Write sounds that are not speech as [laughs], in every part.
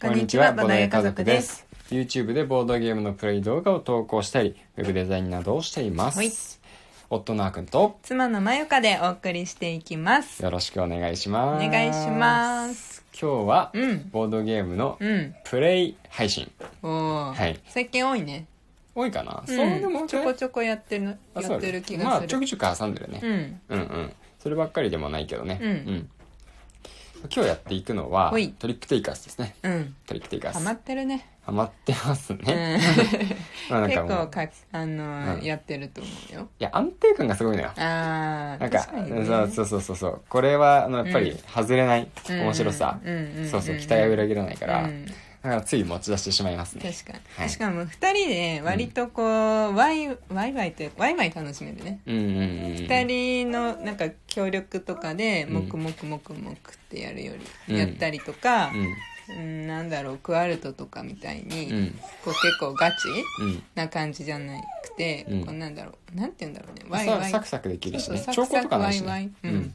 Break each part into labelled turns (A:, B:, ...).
A: こんにちはボードゲー家族です
B: YouTube でボードゲームのプレイ動画を投稿したりウェブデザインなどをしています、
A: はい
B: 夫のあくんと
A: 妻のまゆかでお送りしていきます
B: よろしくお願いします
A: お願いします
B: 今日は、
A: うん
B: ボードゲームの
A: うん
B: プレイ配信
A: おお、
B: はい
A: 最近多いね
B: 多いかな、そうでも
A: んちょこちょこやってるの
B: あ
A: やってる気
B: そうだねま
A: が
B: あ
A: す
B: ちょ
A: る
B: くちょく挟んでるね、
A: うん
B: うんうんそればっかりでもないけどね
A: うん
B: 今日やっていくのは
A: ほい
B: トリックテイカーズですね
A: うん
B: トリックテイカー
A: ハ
B: ズ
A: マってる [laughs] ね、
B: ハマってます
A: う
B: ね、
A: ん、
B: まあなん
A: 結
B: かもう
A: 構かあの、
B: うん
A: やってると思うよ
B: いや安定感がすごいのよ
A: ああ
B: なんか
A: 確かに、ね、
B: そうそうそうそうこれはあのやっぱ
A: う
B: り
A: ん
B: 外れない
A: うん
B: 面白さ、
A: うんうんうん
B: そうそう期待は裏切らないから、
A: うん
B: だからつい持ち出してしまいますね
A: 確かに、
B: はい
A: しかも2人で割とこう、ワイワイワイというかワイワイ楽しめるね
B: うんうんうん
A: 2人のなんか協力とかで
B: うん
A: もくもくもくもくってやるより、
B: うん
A: やったりとか、
B: うん
A: うん、なんだろうクアルトとかみたいに、
B: うん
A: こう結構ガチ
B: うん
A: な感じじゃなくて、
B: うん
A: こうなんだろうなんて言うんだろうね
B: まあ
A: ワイワイ
B: サクサクできるしね
A: そうそ
B: 兆
A: う
B: 候とかないし
A: サクサクワイ
B: ね
A: ワイうん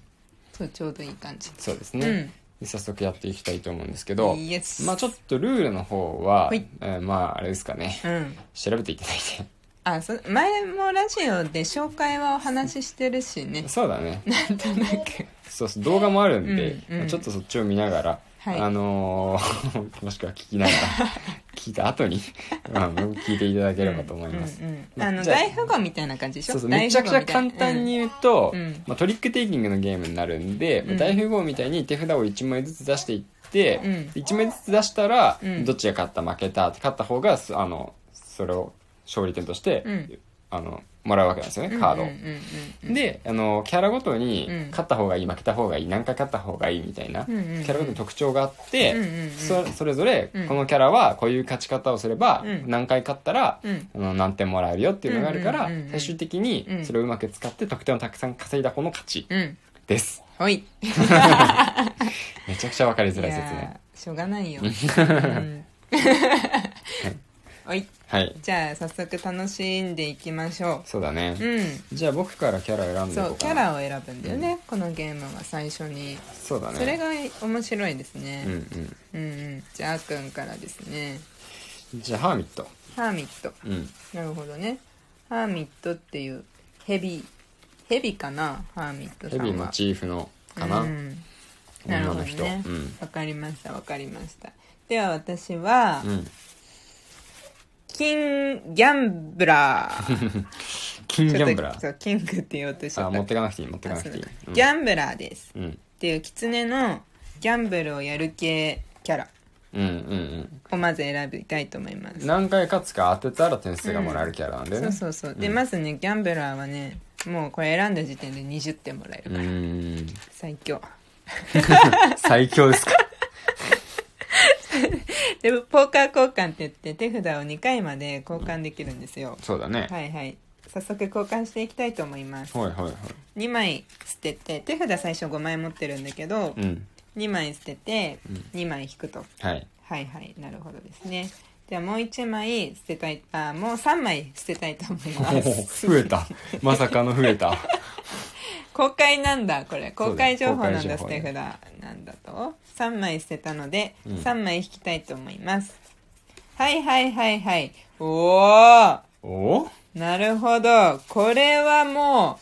A: そうちょうどいい感じ
B: そうです
A: う
B: ね、
A: ん
B: で早速やっていきたいと思うんですけど、
A: イエス
B: まあちょっとルールの方は、
A: はい
B: えーまああれですかね、
A: うん
B: 調べていただい
A: あそ前もラジオで紹介はお話ししてるしね
B: て [laughs] そうだね
A: なんとなく
B: そうそう動画もあるんで、
A: うんうん
B: まあちょっとそっちを見ながら、
A: はい
B: あのー [laughs] もしくは聞きながら
A: [laughs]
B: 聞いた後に、まあ、聞いていただければと思います、
A: うんうんうん
B: まあ
A: あの
B: じゃあ
A: 大富豪みたいな感じでしょ
B: そうそう
A: 大
B: めちゃ
A: 富
B: く
A: 豪
B: ちゃ
A: みたい
B: 簡
A: な
B: 単に言うと、
A: うん
B: まあ、トリックテイキングのゲームになるんで、まあ
A: うん
B: 大富豪みたいに手札を1枚ずつ出していって、
A: うん
B: 1枚ずつ出したら、
A: うん
B: どっちが勝った負けたって勝った方がすあのそれを勝利点として、
A: うん
B: あのもらうわけなんですよねカードを。
A: うんうんうんうんうん
B: であのキャラごとに
A: うん
B: 勝った方がいい負けた方がいい何回勝った方がいいみたいな、
A: うんうんうん
B: キャラごとに特徴があって、
A: うんうんうん
B: そそれぞれ
A: うん
B: このキャラはこういう勝ち方をすれば、
A: うん
B: 何回勝ったら、
A: うん
B: あの何点もらえるよっていうのがあるから、
A: うんうんうんうん
B: 最終的に
A: うん
B: それをうまく使って得点をたくさん稼いだ方の勝ち
A: うん
B: です、
A: ほい
B: めちゃくちゃ分かりづ
A: い
B: らい説明
A: やーしょうがないよ、うん、はい
B: はい
A: じゃあ早速楽しんでいきましょ
B: そうだね
A: う、う
B: じゃあ僕からキャラ選
A: ん
B: んでい
A: そ
B: こ
A: う
B: う
A: キ
B: か
A: ャ
B: な
A: ラを選ぶんだよね、このゲームは最初に
B: そうだね
A: それが面白いですね
B: うん、うん
A: うんうんじゃああーくんからですね
B: じゃあハーミット
A: ハーミット
B: うん
A: なるほどねハーミットっていうヘビヘビかなハーミットさ
B: ヘ
A: んは
B: ビーモチーフのかな、
A: うんなるほ
B: 女
A: ど
B: の人、
A: ね
B: うん
A: わかりましたわかりましたでは私は、
B: うん
A: キンギャンブラー
B: キングギャンブラ
A: ちょっと
B: ー
A: そうキングって言おうとしちゃ
B: あ
A: った
B: 持ってかなくていい持ってか
A: あ
B: な
A: そ
B: く
A: う
B: ていい
A: だ
B: うん
A: ギャンブラーです
B: うん
A: っていう狐のギャンブルをやる系キャラ
B: うんうん
A: をまず選びたいと思います
B: うん何回勝つか当てたら点数がもらえるキャラなんで
A: そう
B: ね、
A: そうそう、で
B: うん
A: まずねギャンブラーはねもうこれ選んだ時点で20点もらえる
B: う
A: から、
B: ーん
A: 最強
B: 最強ですか
A: でポーカー交換って言って手札を2回まで交換できるんですよ、
B: [laughs] そうだね、
A: はいはい早速交換していきたいと思います
B: はい、はいはい
A: 2枚捨てて手札最初5枚持ってるんだけど、
B: うん
A: 2枚捨てて2枚引くと、
B: はい
A: はいはいなるほどですねじゃあもう1枚捨てたいあもう3枚捨てたいと思い
B: お
A: ま
B: ー
A: す
B: [laughs] 増えたまさかの増えた
A: 公開なんだこれ公開情報なん
B: そうだ
A: だ
B: よ
A: 捨
B: 公
A: て
B: 開情
A: 札なんだと3枚捨てたので、
B: うん
A: 3枚引きたいと思いますはいはいはいはいお
B: [laughs] おお
A: おなるほどこれはも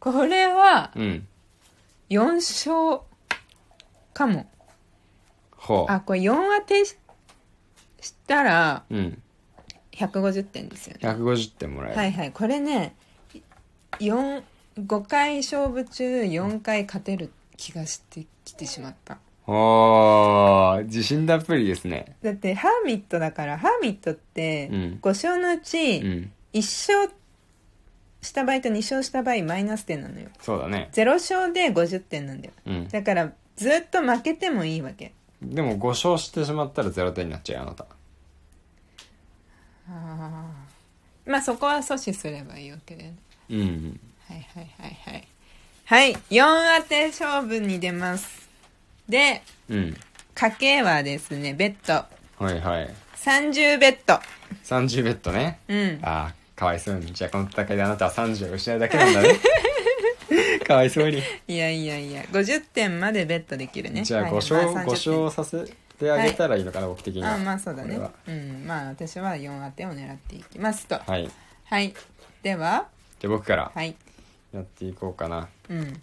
A: うこれは
B: うん
A: 4勝かも
B: ほう
A: あこれ4当てししたら
B: うん
A: 150点ですよね
B: 150点もらえる、
A: はいはいこれね45回勝負中4回勝てる気がしてきてしまった
B: おー自信たっぷりですね
A: だってハーミットだからハーミットって
B: うん
A: 5勝のう
B: う
A: ち
B: ん
A: 1勝した場合と2勝した場合マイナス点なのよ
B: そうだね
A: 0勝で50点なんだよ
B: うん
A: だからずっと負けてもいいわけ
B: でも5勝してしまったら0点になっちゃうよあなた
A: あーまあそこは阻止すればいいわけだよね
B: うん
A: はいはいはいはいはい4当て勝負に出ますで
B: うん
A: 家計はですねベッド
B: はいはい
A: 30ベッド
B: 30ベッドね
A: うん
B: ああかわいそうにじゃあこの戦いであなたは30を失うだけな
A: [laughs]
B: んだねかわいそうに
A: いやいやいや50点までベッドできるね
B: じゃあ
A: はい
B: 5
A: まあ30
B: 勝、五
A: 点
B: 勝させってあげたらいいのかな、僕的には
A: あまあそうだね
B: これは
A: うんまあ私は4当てを狙っていきますとはい、
B: はい
A: では
B: じゃあ僕から
A: はい
B: やっていこうかなは
A: うん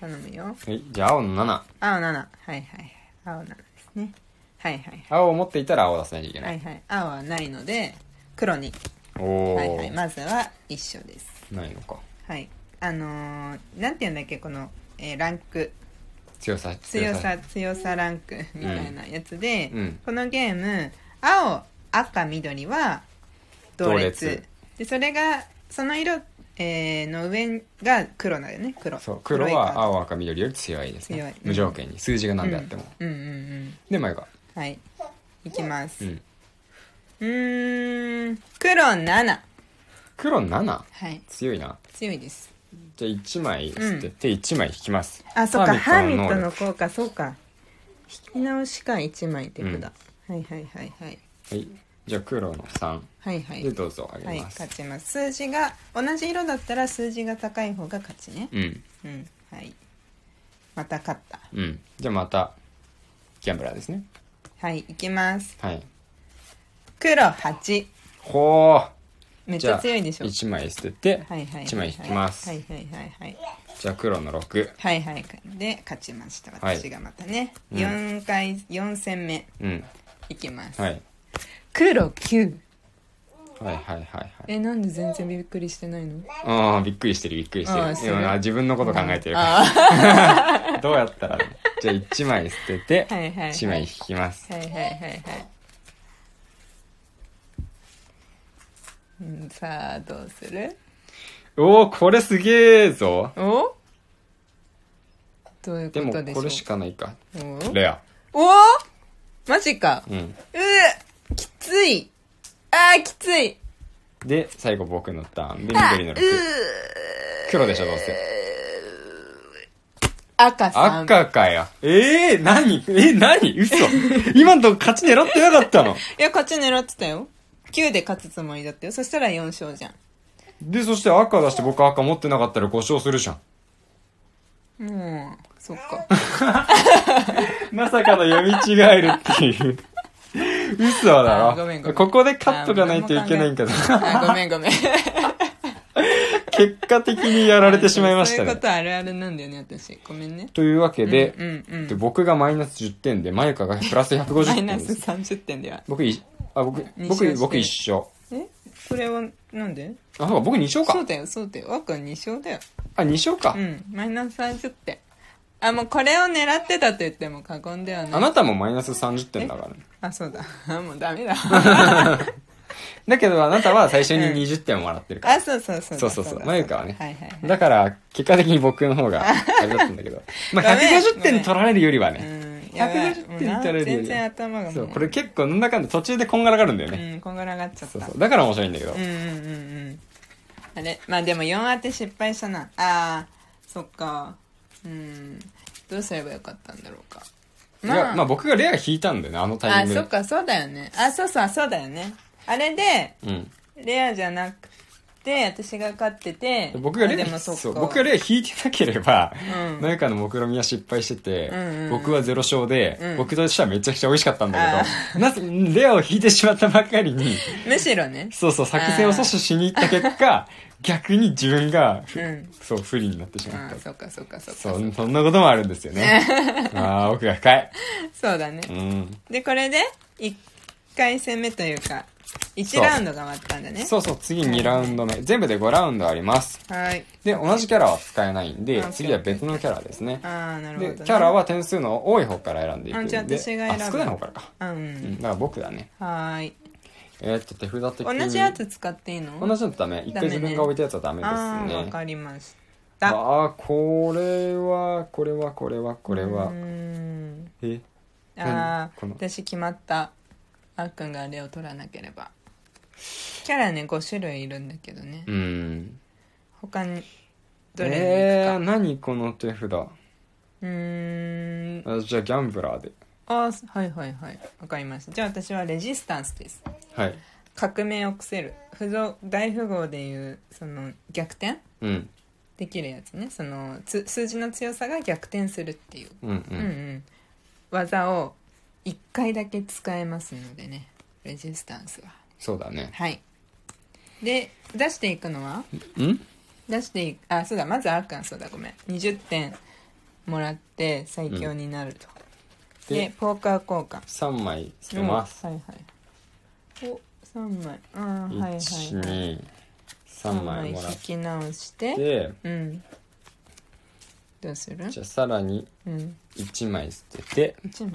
A: 頼むよ
B: いじゃあ青の7
A: 青7はいはいはい青7ですねはいはい
B: 青を持っていたら青を出さないといけ
A: は
B: ない、
A: はいいはい青はないので黒に
B: おおー、
A: はいはいまずは一緒です
B: ないのか
A: はいあのー、なんて言うんだっけこの、えーランク
B: 強さ
A: 強さ強さランクみたいなやつで、
B: うん
A: このゲーム青赤緑は同列
B: 同列
A: でそれがその色、えーの上が黒だよね黒
B: そう黒
A: い
B: は
A: カー
B: 青赤緑より強いですね
A: 強いうん
B: 無条件に数字が何であっても、
A: ドうんうんうん
B: で前が
A: はいいきま
B: う
A: すうんーん黒7
B: 黒 7?
A: はい
B: 強いな
A: 強いです
B: じゃあ1枚捨てて1枚引きます、
A: あそっかハーミ
B: ミ
A: ッ
B: ッ
A: ト
B: ト
A: の
B: の
A: 効果そうか引き直しか1枚手札、はいはいはいはい
B: はいじゃあ黒の3
A: はいはい
B: でどうぞあ
A: は
B: げ
A: い、
B: ます、
A: 勝ちます。数字が同じ色だったら数字が高い方が勝ちね。
B: うん
A: うん、はい。また勝った。
B: うんじゃあまたギャンブラーですね
A: はい、いきます。
B: はい
A: 黒八。
B: ほー
A: めっ
B: じ
A: ち
B: ゃ
A: ゃ
B: あ
A: 強いでしょ。
B: 1枚捨てて
A: はいはい。
B: 1枚引きます、
A: はいはいはいはい。
B: じゃあ黒の6
A: はいはい。で、勝ちました。
B: はい
A: 私がまたね。
B: うん
A: 四回、四戦目。
B: うん
A: いきます。
B: はい
A: 黒九。
B: はいはいはいはい
A: え、なんで全然びっくりしてないの。
B: ああびっくりしてるびっくりして
A: あ
B: る
A: ーす
B: い
A: る
B: や自分のこと考えてるから
A: あ
B: [laughs] どうやったらじゃあ1枚捨てて
A: ーはいはい。
B: 1枚引きます
A: はいはいはいはい。うん、さあどうする
B: おおこれすげえぞ
A: おどういう
B: で
A: こ
B: も
A: とでしょう
B: これしかないか
A: お
B: レア
A: おマジか
B: うん
A: ううきついあーきつい
B: で最後僕のターンで
A: あ
B: 緑
A: う
B: の
A: う
B: 6黒でしょどうせ
A: 赤さんい
B: 赤かよええー、何え何
A: [laughs]
B: 嘘今のとこ勝ち狙ってなかったの
A: や勝ち狙ってたよ9で勝つつもりだったよそしたら4勝じゃ
B: でそして赤出して僕赤持ってなかったら5勝するじゃん
A: んもうそっ
B: [laughs]
A: か
B: まさかの読み違えるっていう嘘だろ
A: あごめんごめん
B: ここでカットがないといけないんだけど
A: あごめん
B: [laughs]
A: ごめん
B: 結果的にやられてしまいました
A: そういう
B: ね
A: ことあるあるなんだよね私ごめんね
B: というわけで,、
A: うんうん
B: で僕がマイナス10点でまゆかがプラス150
A: マイ
B: 点
A: ナ
B: で
A: ス
B: す
A: 30点では
B: 僕いあ僕
A: 二勝して
B: 僕僕一緒
A: えこれはなんで
B: あそうか僕2勝
A: そう
B: か
A: だよそうだよ赤2勝だよ
B: あ2勝か、
A: うんマイナス30点あもうこれを狙ってたと言っても過言では
B: あ
A: ない
B: なたもマイナス30点だからね
A: あそうだ [laughs] あもうダ
B: [laughs]
A: メだ
B: だけどあなたは最初に
A: うん
B: 20点もらってるから、
A: あそうそうそうだ
B: そうそうそう
A: だ
B: まゆかはね
A: はいはいはい
B: だから結果的に僕の方があれだったん
A: [laughs]
B: だけどまあ
A: ごめん
B: 150点取られるよりはね、
A: うんやばい
B: 150
A: もう
B: 点
A: な
B: 取れるよ
A: 全然頭がもう
B: そうこれ結構なんだかんだ途中でこんがらがるんだよ
A: う
B: ね、
A: んこんがらがっちゃった
B: そうそうだから面白いんだけど、
A: うんうんうんうんあれまあでも4当て失敗したなあーそっかうんどうすればよかったんだろうか
B: いやまあ僕がレア引いたんだよねあのタイ
A: あ
B: ミングで
A: そっかそうだよねあそうそうそうだよねあれで
B: うん、
A: レアじゃなくて私が勝ってて
B: で僕が
A: あ
B: レ
A: で
B: ア
A: もそっか
B: そう僕がレア引いてなければ、
A: うん
B: 何かの目論見みは失敗してて、
A: うんうんうん
B: 僕はゼロ勝で、
A: うん
B: 僕としてはめちゃくちゃ美味しかったんだけどなぜレアを引いてしまったばかりに
A: むしろね
B: そうそう作戦を阻止しに行った結果逆に自分が、ふ
A: うん
B: そう不利になってしま
A: あ
B: っ
A: ー
B: た
A: そっかそっかそっか
B: そ
A: そう
B: そんなこともあるんですよね
A: [laughs]
B: ああ奥が深いう
A: だね
B: うん
A: でこれで1回戦目というか1ラウンドが終わったんだね
B: そうそう、次2ラウンド目。全部で5ラウンドあります。
A: はい
B: で、同じキャラは使えないんで
A: あ、
B: 次は別のキャラですね
A: あ。あなるほど、
B: で、
A: ね、
B: キャラは点数の多い方から選んでいくん
A: あ
B: で。
A: じゃあ私が選ぶ
B: あ少ない方からか。
A: うん、
B: うん、だから僕だね。
A: はーい
B: えーっと、手札的に。
A: 同じやつ使っていいの
B: 同じのダメ。一回自分が置いたやつはダメです
A: ああわ
B: ね。
A: かりました
B: ああ、これは、これは、これは、これ
A: う
B: は。
A: ーん
B: え、
A: あ
B: こ
A: ー
B: の
A: 私決まったあっくんがあれを取らなければキャラね5種類いるんだけどね
B: うん。
A: 他にどれに
B: えー、
A: 行くか、
B: 何この手札。
A: うーん
B: あじゃあ、ギャンブラーで。
A: あーはいはいはいわかりましたじゃあ私はレジスタンスです
B: はい。
A: 革命をくせる不造大富豪でいうその逆転
B: うん。
A: できるやつねそのつ数字の強さが逆転するっていう
B: うん、う。
A: うんうんん技を1回だけ使えますのでねレジスタンスは
B: そうだね
A: はいで出していくのは
B: うん
A: 出していあそうだまずアーカンそうだごめん20点もらって最強になると、
B: うん
A: で
B: で
A: ポーカー交換
B: 3枚捨てます、
A: うんはいはいお三枚あーはい
B: 一
A: はいはい
B: 二三
A: 三
B: 枚もらっ
A: 引き直して
B: て
A: うんどうする
B: じゃあさらに
A: うん
B: 1枚捨てて
A: 一枚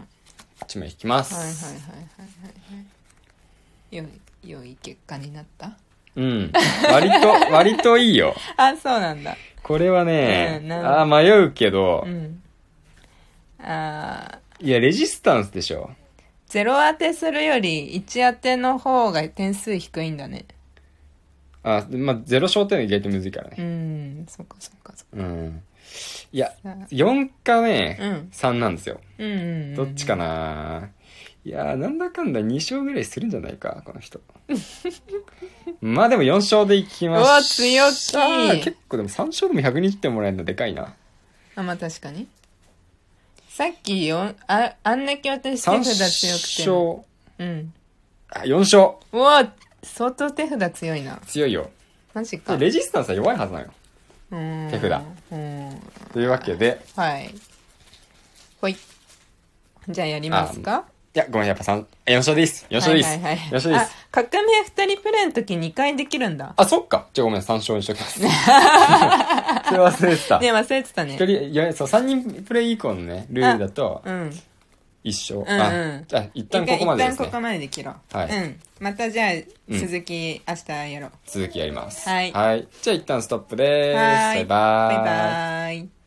B: 1枚引きま
A: はいはいはい
B: す、
A: はいはいはい良い良い結果になった
B: うん割
A: [laughs]
B: と割といいよ
A: あそうなんだ
B: これはね、
A: うんな
B: ああ迷うけど、
A: うんあー
B: いやレジスタンスでしょ
A: ゼロ当てするより一当ての方が点数低いんだね
B: あまあゼロ焦点は意外とむずいから
A: う
B: ね
A: んそっかそっかそっ
B: うん、いや
A: かさあ
B: 4か
A: う
B: ね、
A: ん
B: 三3なんですよ
A: うんうんうん
B: どっちかな、いやーなんだかんだ2勝ぐらいするんじゃないかこ
A: [laughs]
B: の人まあでも4勝でいきま
A: うわ
B: す
A: 強気
B: 結構でも3勝でも120点もらえるのでかいな
A: あまあ確かにさっきよああんだけ私
B: 3
A: 手札強くても
B: 勝
A: うん
B: あ4勝
A: うわ相当手札強いな
B: 強いよ
A: マジか
B: レジスタンスは弱いはずなのよ
A: 手
B: 手札
A: うん
B: というわけで
A: はいほいじゃあやりますか
B: いやごめんやっぱ3 4勝でいいっす4勝でいいっす、
A: はいはい
B: 4
A: はい
B: 勝でいいっす
A: あ革命二人プレイの時2回できるんだ
B: あそっかじゃあごめん3勝にしときます
A: [laughs]
B: [laughs] それ忘れてた、
A: ね忘れてたね
B: 一人いやそう3人プレイ以降のねルールだと
A: うん
B: 1勝、
A: うんうん
B: あじゃあ一旦ここまでで
A: 一旦
B: す
A: こ
B: ね
A: こまでできろ、
B: はい
A: うんまたじゃあ
B: うん
A: 続き明日やろう、
B: 続きやります
A: はい
B: じゃあ一旦ストップです
A: はーい
B: バイバ
A: バイ
B: イ
A: バイ